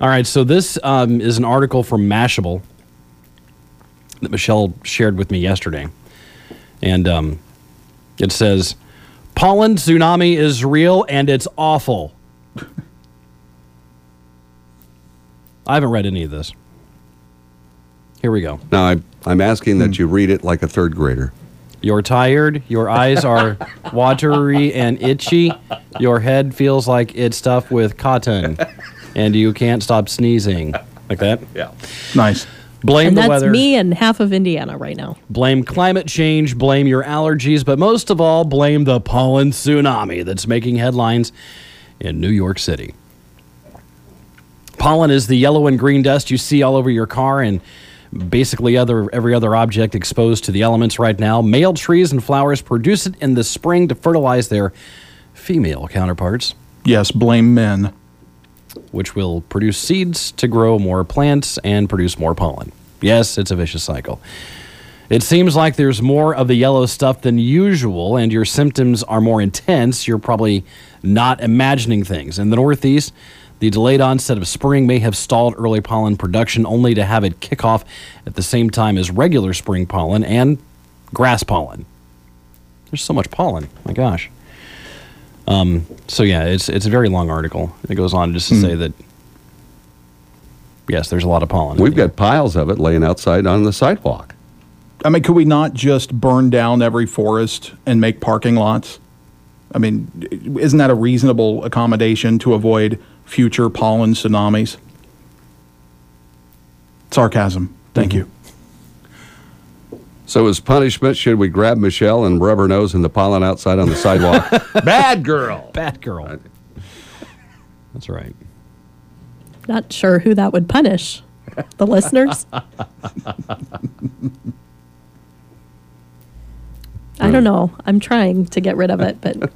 All right, so this um, is an article from Mashable that Michelle shared with me yesterday. And um, it says Pollen tsunami is real and it's awful. I haven't read any of this. Here we go. Now, I, I'm asking Hmm. that you read it like a third grader. You're tired. Your eyes are watery and itchy. Your head feels like it's stuffed with cotton, and you can't stop sneezing like that. Yeah. Nice. Blame and the that's weather. me and half of Indiana right now. Blame climate change. Blame your allergies. But most of all, blame the pollen tsunami that's making headlines in New York City. Pollen is the yellow and green dust you see all over your car and basically other every other object exposed to the elements right now. Male trees and flowers produce it in the spring to fertilize their female counterparts, Yes, blame men. which will produce seeds to grow more plants and produce more pollen. Yes, it's a vicious cycle. It seems like there's more of the yellow stuff than usual, and your symptoms are more intense. You're probably not imagining things. In the Northeast, the delayed onset of spring may have stalled early pollen production, only to have it kick off at the same time as regular spring pollen and grass pollen. There's so much pollen. My gosh. Um, so yeah, it's it's a very long article. It goes on just to Hmm. say that yes, there's a lot of pollen. We've got piles of it laying outside on the sidewalk. I mean, could we not just burn down every forest and make parking lots? I mean, isn't that a reasonable accommodation to avoid future pollen tsunamis? Sarcasm. Thank you. Mm-hmm. So, as punishment, should we grab Michelle and rub her nose in the pollen outside on the sidewalk? Bad girl. Batgirl. That's right. Not sure who that would punish. The listeners? I don't know. I'm trying to get rid of it, but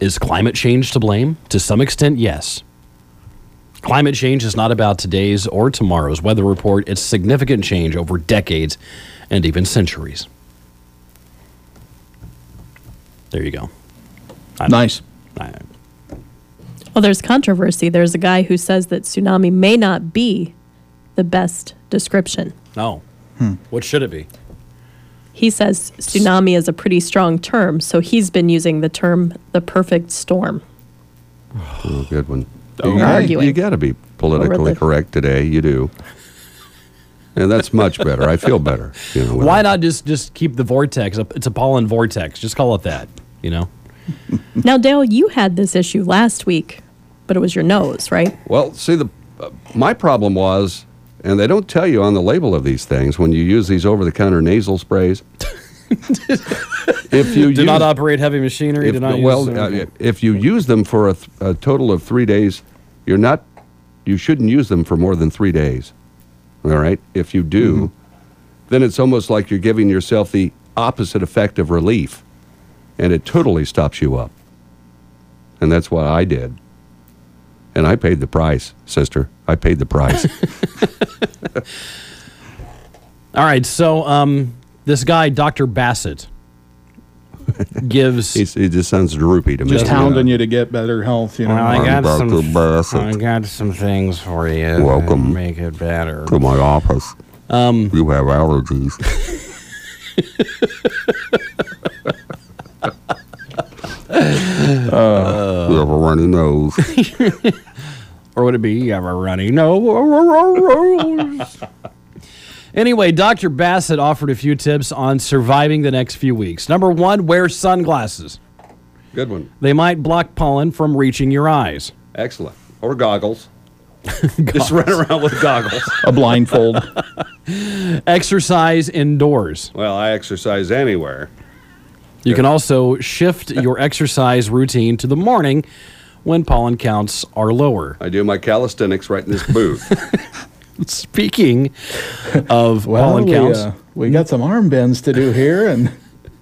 Is climate change to blame? To some extent, yes. Climate change is not about today's or tomorrow's weather report. It's significant change over decades and even centuries. There you go. Nice. I- well, there's controversy. There's a guy who says that tsunami may not be the best description. No. Hmm. What should it be? He says tsunami is a pretty strong term, so he's been using the term the perfect storm. Oh, good one. Okay. You, Arguing. got to be politically Really? correct today. You do. And that's much better. I feel better. You know, when Why I- not just just keep the vortex? It's a pollen vortex. Just call it that. You know. Now, Dale, you had this issue last week, but it was your nose, right? Well, see, the uh, my problem was, and they don't tell you on the label of these things when you use these over-the-counter nasal sprays. if you Do use, not operate heavy machinery. if, do not well, use, uh, if you use them for a, th- a total of three days, you're not. You shouldn't use them for more than three days. All right. If you do, then it's almost like you're giving yourself the opposite effect of relief, and it totally stops you up. And that's what I did. And I paid the price, sister. I paid the price. All right, so um, this guy, Dr. Bassett, gives. He's, he just sounds droopy to me. Just hounding you to get better health, you know. I got Dr. some- Bassett. I got some things for you. Welcome. that Make it better. to my office. Um, you have allergies. you have a runny nose. Or would it be you have a runny nose? anyway, Dr. Bassett offered a few tips on surviving the next few weeks. Number one, wear sunglasses. Good one. They might block pollen from reaching your eyes. Excellent. Or goggles. Just run around with goggles. A blindfold. Exercise indoors. Well, I exercise anywhere. You can also shift your exercise routine to the morning when pollen counts are lower. I do my calisthenics right in this booth. Speaking of pollen we, counts, uh, we got some arm bends to do here, and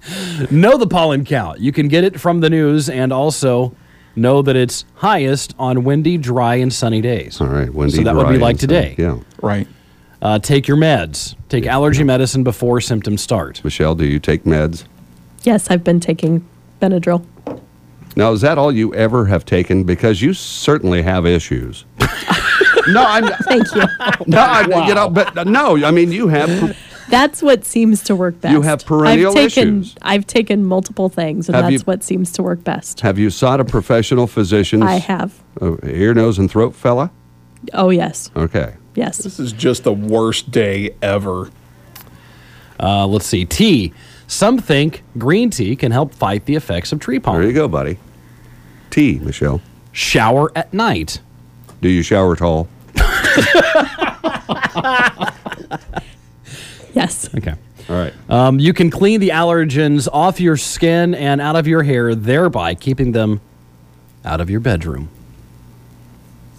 know the pollen count. You can get it from the news and also know that it's highest on windy, dry, and sunny days. All right, windy. So that would dry, be like and sun- today. Yeah. right. Uh, take your meds. Take allergy medicine before symptoms start. Michelle, do you take meds? Yes, I've been taking Benadryl. Now, is that all you ever have taken? Because you certainly have issues. no, I'm, Thank you. no, I, you know, but uh, no, I mean you have. That's what seems to work best. You have perennial I've taken, issues. I've taken multiple things, and Have that's you- what seems to work best. Have you sought a professional physician's I have. uh, ear, nose, and throat fella? Oh, yes. Okay. Yes. This is just the worst day ever. Uh, let's see. Tea. Some think green tea can help fight the effects of tree There you pollen. go, buddy. T, Michelle. Shower at night. Do you shower at all? Yes. Okay. All right. Um, you can clean the allergens off your skin and out of your hair, thereby keeping them out of your bedroom.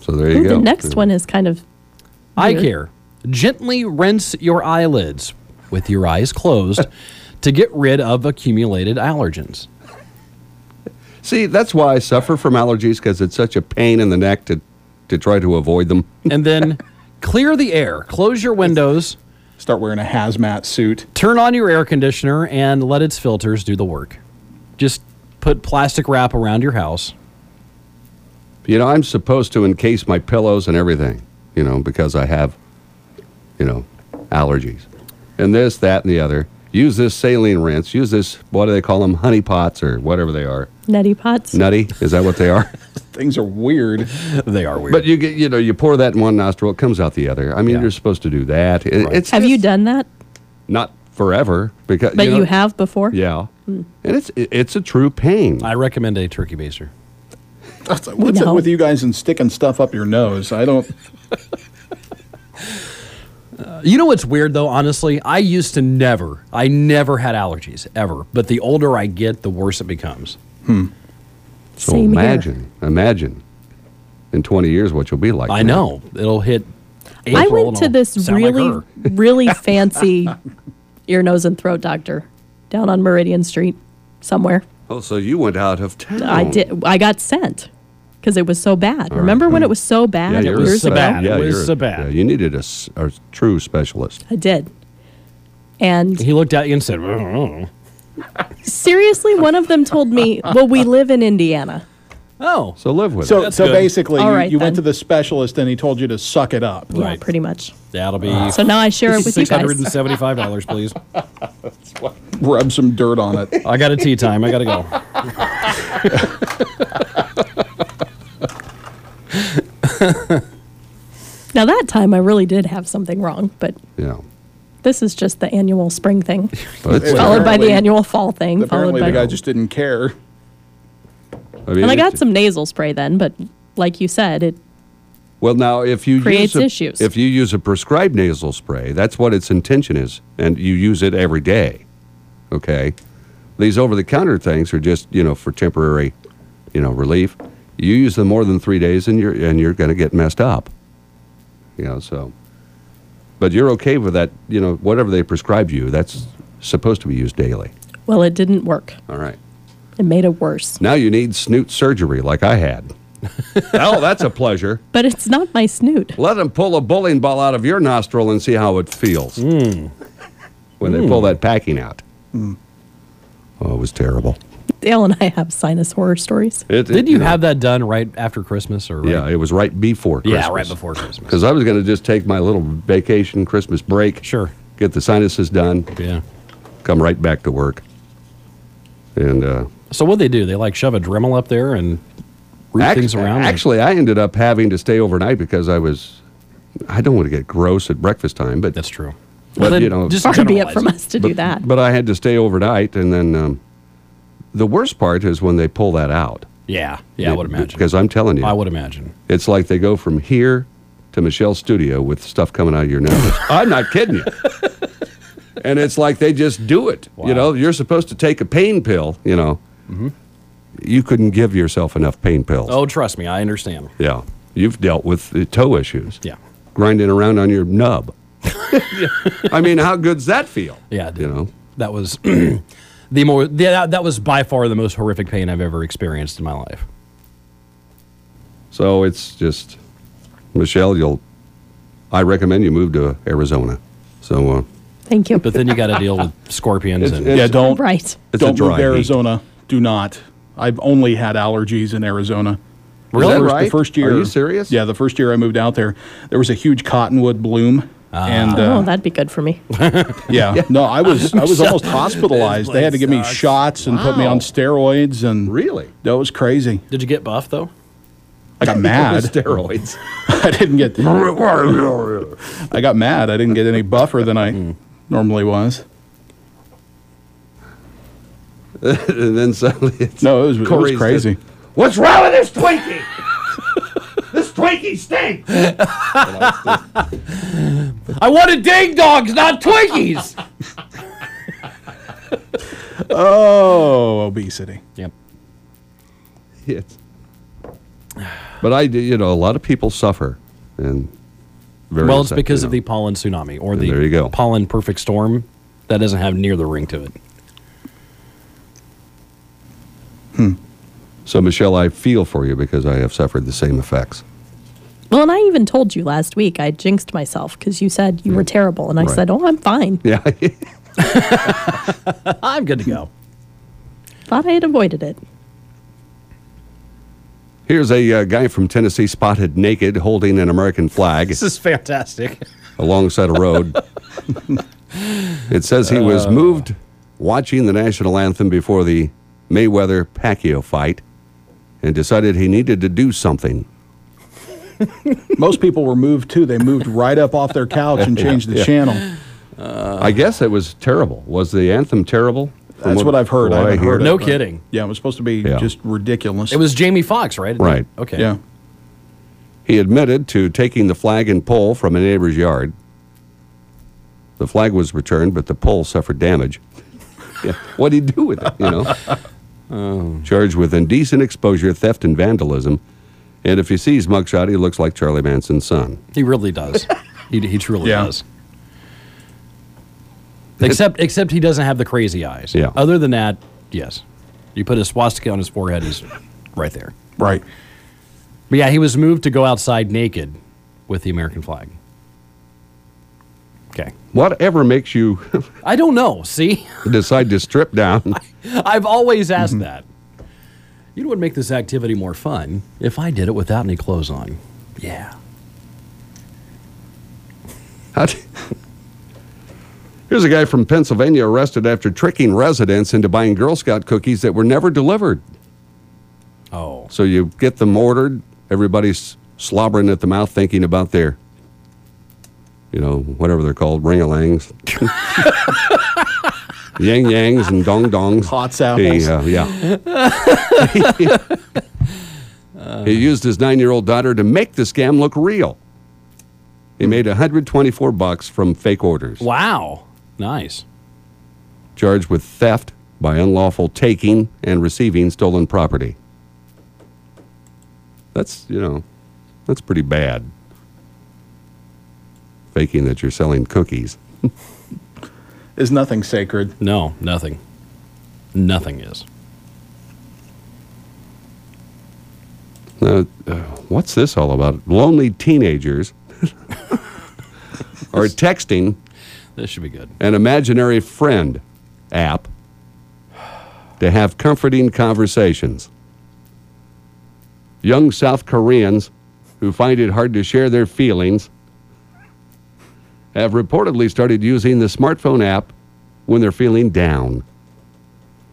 So there you Ooh, go. the next one is kind of Eye Weird. care. Gently rinse your eyelids with your eyes closed to get rid of accumulated allergens. See, that's why I suffer from allergies because it's such a pain in the neck to, to try to avoid them. And then clear the air. Close your windows, Start wearing a hazmat suit. turn on your air conditioner, and let its filters do the work. Just put plastic wrap around your house. You know, I'm supposed to encase my pillows and everything, you know, because I have, you know, allergies. And this, that, and the other. Use this saline rinse. Use this, what do they call them? Honey pots or whatever they are. nutty pots. Nutty? Is that what they are? Things are weird. They are weird. but you get, you know, you pour that in one nostril, it comes out the other. I mean, Yeah. you're supposed to do that. It- Right. It's Have you just done that? Not forever because. But you, know, have Hmm. before? Yeah. And it's it- it's a true pain. I recommend a turkey baster. What's what's No. up with you guys and sticking stuff up your nose? I don't. You know what's weird though, honestly? I used to never, I never had allergies, ever. But the older I get, the worse it becomes. So Same here. imagine, imagine in 20 years what you'll be like. I man. know. It'll hit April I went to and I'll this sound like really, her. really fancy ear, nose, and throat doctor down on Meridian Street somewhere. Oh, so you went out of town. I did. I got sent because it was so bad. Remember when it was so Mm. bad you're years so ago? bad. It was you're- so bad. yeah, you needed a, s- a true specialist. I did. And He looked at you and said, "Oh, seriously, one of them told me, "Well, we live in Indiana." oh, So live with So, it. so good. basically, All you, right, you went to then. the specialist and he told you to suck it up. Right. Yeah, pretty much. that'll be So now I share it with you six hundred guys. and seventy-five dollars, please." Rub some dirt on it. I got a tea time. I gotta go. Now that time I really did have something wrong, but Yeah. this is just the annual spring thing, But uh, it's- followed by the Apparently- annual fall thing, followed Apparently, the by. guy just didn't care. I mean, and I got it's- some nasal spray then, but like you said, it Well, now if you Creates use a, issues. if you use a prescribed nasal spray, that's what its intention is, and you use it every day. Okay, these over-the-counter things are just you know for temporary, you know relief. You use them more than three days, and you're and you're going to get messed up. You know, so. But you're okay with that, you know, whatever they prescribe you, that's supposed to be used daily. well, it didn't work. All right. It made it worse. Now you need snoot surgery like I had. oh, that's a pleasure. But it's not my snoot. Let them pull a bowling ball out of your nostril and see how it feels Hmm. when they pull that packing out. Oh, it was terrible. Dale and I have sinus horror stories. It, Did you have that done right after Christmas or? Right? Yeah, it was right before. yeah, Christmas. right before Christmas. Because I was going to just take my little vacation Christmas break. Sure. Get the sinuses done. Yeah. Come right back to work. And uh, So what they do? They like shove a Dremel up there and root Act- things around. and- Actually, I ended up having to stay overnight because I was. I don't want to get gross at breakfast time, but that's true. But, then you know, just Far be it generalize from us to do that. But I had to stay overnight, and then um, the worst part is when they pull that out. Yeah, yeah, I would imagine. Because I'm telling you, I would imagine. it's like they go from here to Michelle's studio with stuff coming out of your nose. I'm not kidding you. and it's like they just do it. You Wow. Mm-hmm. know, you're supposed to take a pain pill. You know, you couldn't give yourself enough pain pills. Oh, trust me, I understand. Yeah. You've dealt with the toe issues. Yeah. Grinding around on your nub. I mean, how good's that feel? Yeah, it You did. know? That was the more yeah, that, that was by far the most horrific pain I've ever experienced in my life. So it's just, Michelle, you'll, I recommend you move to Arizona. So, uh, Thank you. But then you got to deal with scorpions It's- and it's- Yeah, don't Right. It's a don't dry move to heat. Arizona. Do not. I've only had allergies in Arizona. Really? The Is that first, right? The first year, Are you serious? Yeah, the first year I moved out there, there was a huge cottonwood bloom. Ah. And uh, oh, that'd be good for me. yeah, no, I was I was almost hospitalized. They had to give me sucks. shots and put me on Wow. steroids, and Really? that was crazy. Did you get buff though? I got mad. Steroids. I didn't get. I got mad. I didn't get any buffer than I normally was. and then suddenly it's No, it was, it was Corey's crazy. just, What's wrong with this Twinkie? this Twinkie stinks. And I just- I wanted ding dogs, not Twinkies. Oh, obesity. yep. it's- but I, do- you know, a lot of people suffer, and very Well, it's upset, because you of know. the pollen tsunami or the there you go. pollen perfect storm that doesn't have near the ring to it. So, Michelle, I feel for you because I have suffered the same effects. Well, and I even told you last week I jinxed myself because you said you were terrible, and I Right. said, "Oh, I'm fine." Yeah, I'm good to go. Thought I had avoided it. Here's a uh, guy from Tennessee spotted naked holding an American flag This is fantastic. alongside a road. it says he was Uh. moved watching the national anthem before the Mayweather Pacquiao fight and decided he needed to do something. Most people were moved too. They moved right up off their couch and changed the channel. I guess it was terrible. Was the anthem terrible? From Uh. That's what I've heard. I what haven't hear. heard it. No but- kidding. Yeah, it was supposed to be Yeah. just ridiculous. It was Jamie Foxx, right? Right. Okay. Yeah. He admitted to taking the flag and pole from a neighbor's yard. The flag was returned, but the pole suffered damage. Yeah, What would he do with it? You know, charged with indecent exposure, theft, and vandalism. And if you see his mugshot, he looks like Charlie Manson's son. He really does. he, he truly Yeah. does. Except except he doesn't have the crazy eyes. Yeah. Other than that, yes. You put a swastika on his forehead, he's right there. Right. But yeah, he was moved to go outside naked with the American flag. Okay. Whatever makes you I don't know. See? decide to strip down? I've always asked that. You know what would make this activity more fun? If I did it without any clothes on. Yeah. How do- Here's a guy from Pennsylvania arrested after tricking residents into buying Girl Scout cookies that were never delivered. Oh. So you get them ordered. Everybody's slobbering at the mouth, thinking about their, you know, whatever they're called, ring-a-langs, yang yangs, and dong dongs. Pots apples. He, uh, yeah. he used his nine-year-old daughter to make the scam look real. He made 124 bucks from fake orders, Wow. Nice. charged with theft by unlawful taking and receiving stolen property. That's, you know, that's pretty bad. Faking that you're selling cookies. Is nothing sacred. No, nothing. Nothing is. Uh, uh, what's this all about? Lonely teenagers are texting This should be good. an imaginary friend app to have comforting conversations. Young South Koreans who find it hard to share their feelings have reportedly started using the smartphone app when they're feeling down,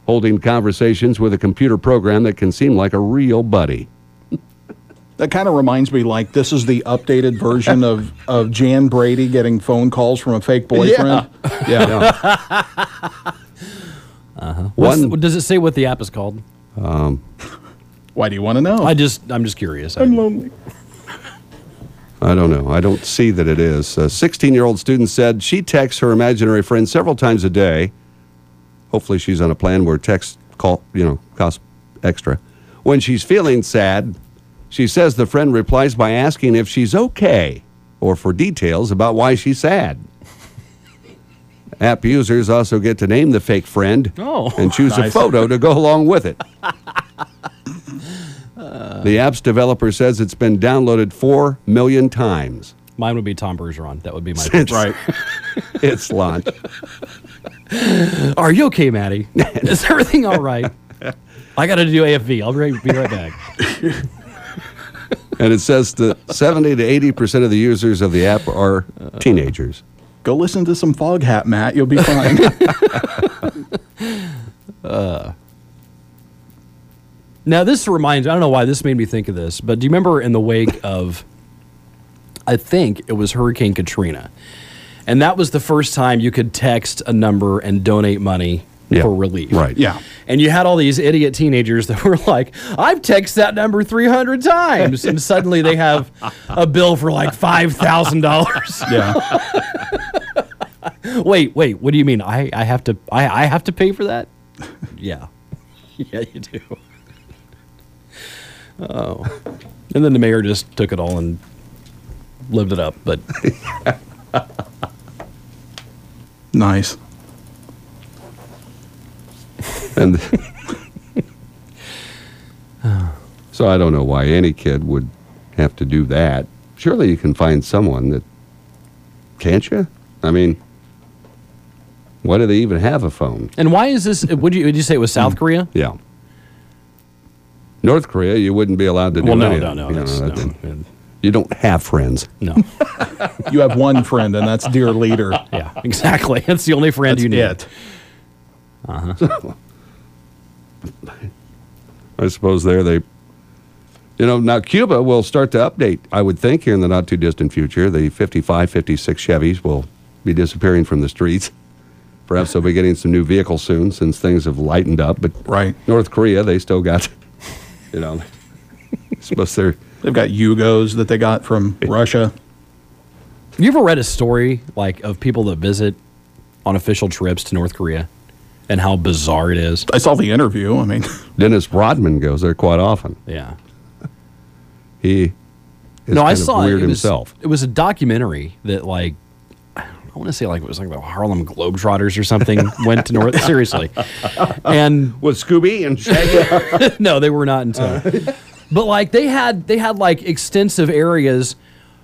holding conversations with a computer program that can seem like a real buddy. That kind of reminds me like this is the updated version of, of Jan Brady getting phone calls from a fake boyfriend. Yeah. What's- One, does it say what the app is called? Why do you want to know? I just, I'm just curious. I- lonely. I don't know. I don't see that it is. A 16 year old student said she texts her imaginary friend several times a day. Hopefully, she's on a plan where text call, you know, costs extra. When she's feeling sad, she says the friend replies by asking if she's okay or for details about why she's sad. App users also get to name the fake friend Oh. and choose a Nice. photo to go along with it. the app's developer says it's been downloaded 4 million times mine would be Tom Bergeron. That would be my. since Right. its launch. Are you okay, Maddie? Is everything all right? I got to do AFV. I'll be right- be right back. And it says that 70 to 80% of the users of the app are teenagers. Go listen to some Fog Hat, Matt. You'll be fine. Now, this reminds I don't know why this made me think of this, but do you remember in the wake of, I think it was Hurricane Katrina? And that was the first time you could text a number and donate money Yeah, for relief. right. yeah. And you had all these idiot teenagers that were like, I've texted that number 300 times. And suddenly they have a bill for like $5,000. Yeah. wait, wait, what do you mean? I, I have to I, I have to pay for that? Yeah. yeah, you do. Oh. And then the mayor just took it all and lived it up, but nice. And so I don't know why any kid would have to do that. Surely you can find someone that can't you? I mean, why do they even have a phone? and why is this would you would you say it was South Korea? Yeah. North Korea, you wouldn't be allowed to do Well, no, any no, of no, that. You know, that's, that no, didn't- You don't have friends. no. You have one friend, and that's dear leader. Yeah, exactly. That's the only friend That's you need. it. I suppose there they, you know, now Cuba will start to update, I would think, here in the not too distant future. The 55, 56 Chevys will be disappearing from the streets. Perhaps they'll be getting some new vehicles soon since things have lightened up. But Right. North Korea, they still got, you know, I suppose they're, They've got Yugos that they got from Russia. You ever read a story like of people that visit on official trips to North Korea and how bizarre it is? I saw the interview. I mean, Dennis Rodman goes there quite often. Yeah. He is no, I kind of saw weird it. It was, himself. it was a documentary that like I want to say like it was like the Harlem Globetrotters or something went to North seriously, and With Scooby and Shaggy. no, they were not in tow. but like they had they had like extensive areas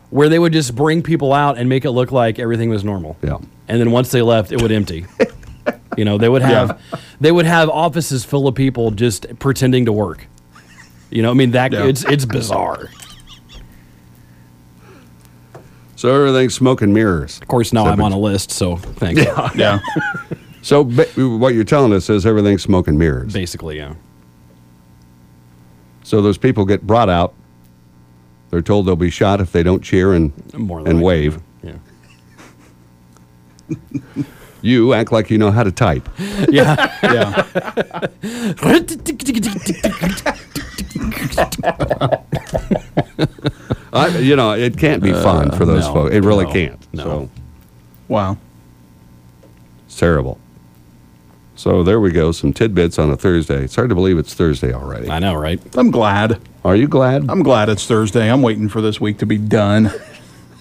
where they would just bring people out and make it look like everything was normal. Yeah. And then once they left, it would empty. you know, they would have they would have offices full of people just pretending to work. You know, I mean that Yeah. it's it's bizarre. so everything's smoke and mirrors. Of course, now I'm on a list, so thanks. yeah. So ba- what you're telling us is everything's smoke and mirrors. Basically, yeah. So those people get brought out. They're told they'll be shot if they don't cheer and More than and likely, wave. Yeah. You act like you know how to type. Yeah. Yeah. I, you know, it can't be fun for those Uh, no, folks. It really no, can't. no. So Wow. it's terrible. So there we go. Some tidbits on a Thursday. It's hard to believe it's Thursday already. I know, right? I'm glad. Are you glad? I'm glad it's Thursday. I'm waiting for this week to be done.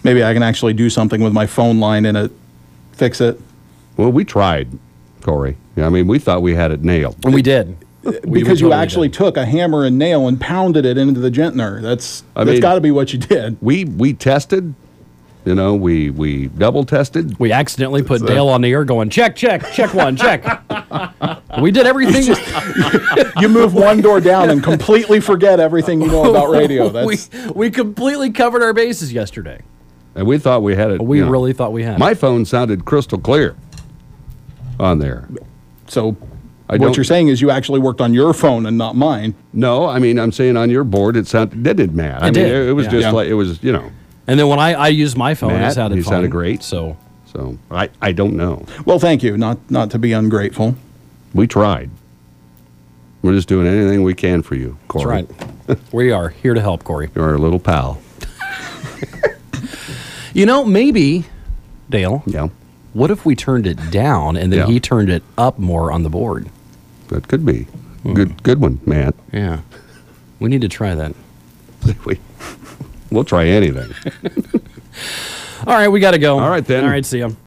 Maybe I can actually do something with my phone line and it fix it. well, we tried, Corey. Yeah, I mean, we thought we had it nailed. And we did. We- we because you totally actually did. took a hammer and nail and pounded it into the gentner. That's I that's mean- got to be what you did. We we tested. You know, we we double tested. we accidentally put Dale on the air going, check, check, check one, check. we did everything. You move one door down and completely forget everything you know about radio. we, That's we completely covered our bases yesterday. And we thought we had it. We you know. really thought we had. it. My phone sounded crystal clear on there. so. I don't- what you're saying is you actually worked on your phone and not mine. No, I mean I'm saying on your board it sounded didn't Matt. I It mean did, It, it was yeah. just Yeah. like it was you know. and then when I, I used my phone, Matt, it sounded you fine. sounded great. So So I I don't know. Well, thank you. Not not to be ungrateful. We tried. We're just doing anything we can for you, that's Corey. right. we are here to help, Corey. You're our little pal. You know, maybe, Dale, Yeah, what if we turned it down and then Yeah. he turned it up more on the board? that could be Mm-hmm. good. Good one, Matt. Yeah. We need to try that. we we'll try anything. All right, we got to go. All right, then. All right, see ya.